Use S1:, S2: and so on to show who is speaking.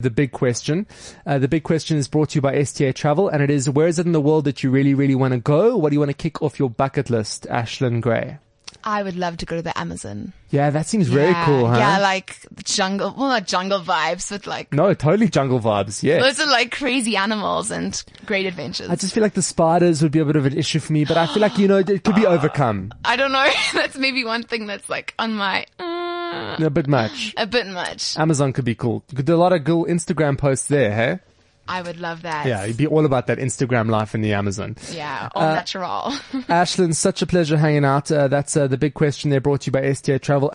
S1: the big question. Uh, the big question is brought to you by STA Travel, and it is where is it in the world that you really, really want to go? What do you want to kick off your bucket list, Ashlyn Gray?
S2: I would love to go to the Amazon.
S1: Yeah, that seems very
S2: yeah,
S1: cool, huh?
S2: Yeah, like jungle, well, not jungle vibes, but like
S1: no, totally jungle vibes. Yeah.
S2: those are like crazy animals and great adventures.
S1: I just feel like the spiders would be a bit of an issue for me, but I feel like, you know, it could be overcome.
S2: I don't know. that's maybe one thing that's like on my uh,
S1: A bit much.
S2: a bit much.
S1: Amazon could be cool. Could do a lot of cool Instagram posts there, hey?
S2: I would love that.
S1: Yeah, Uh, it'd be all about that Instagram life in the Amazon.
S2: Yeah, all natural.
S1: Ashlyn, such a pleasure hanging out. Uh, that's uh, the big question there brought to you by STA Travel.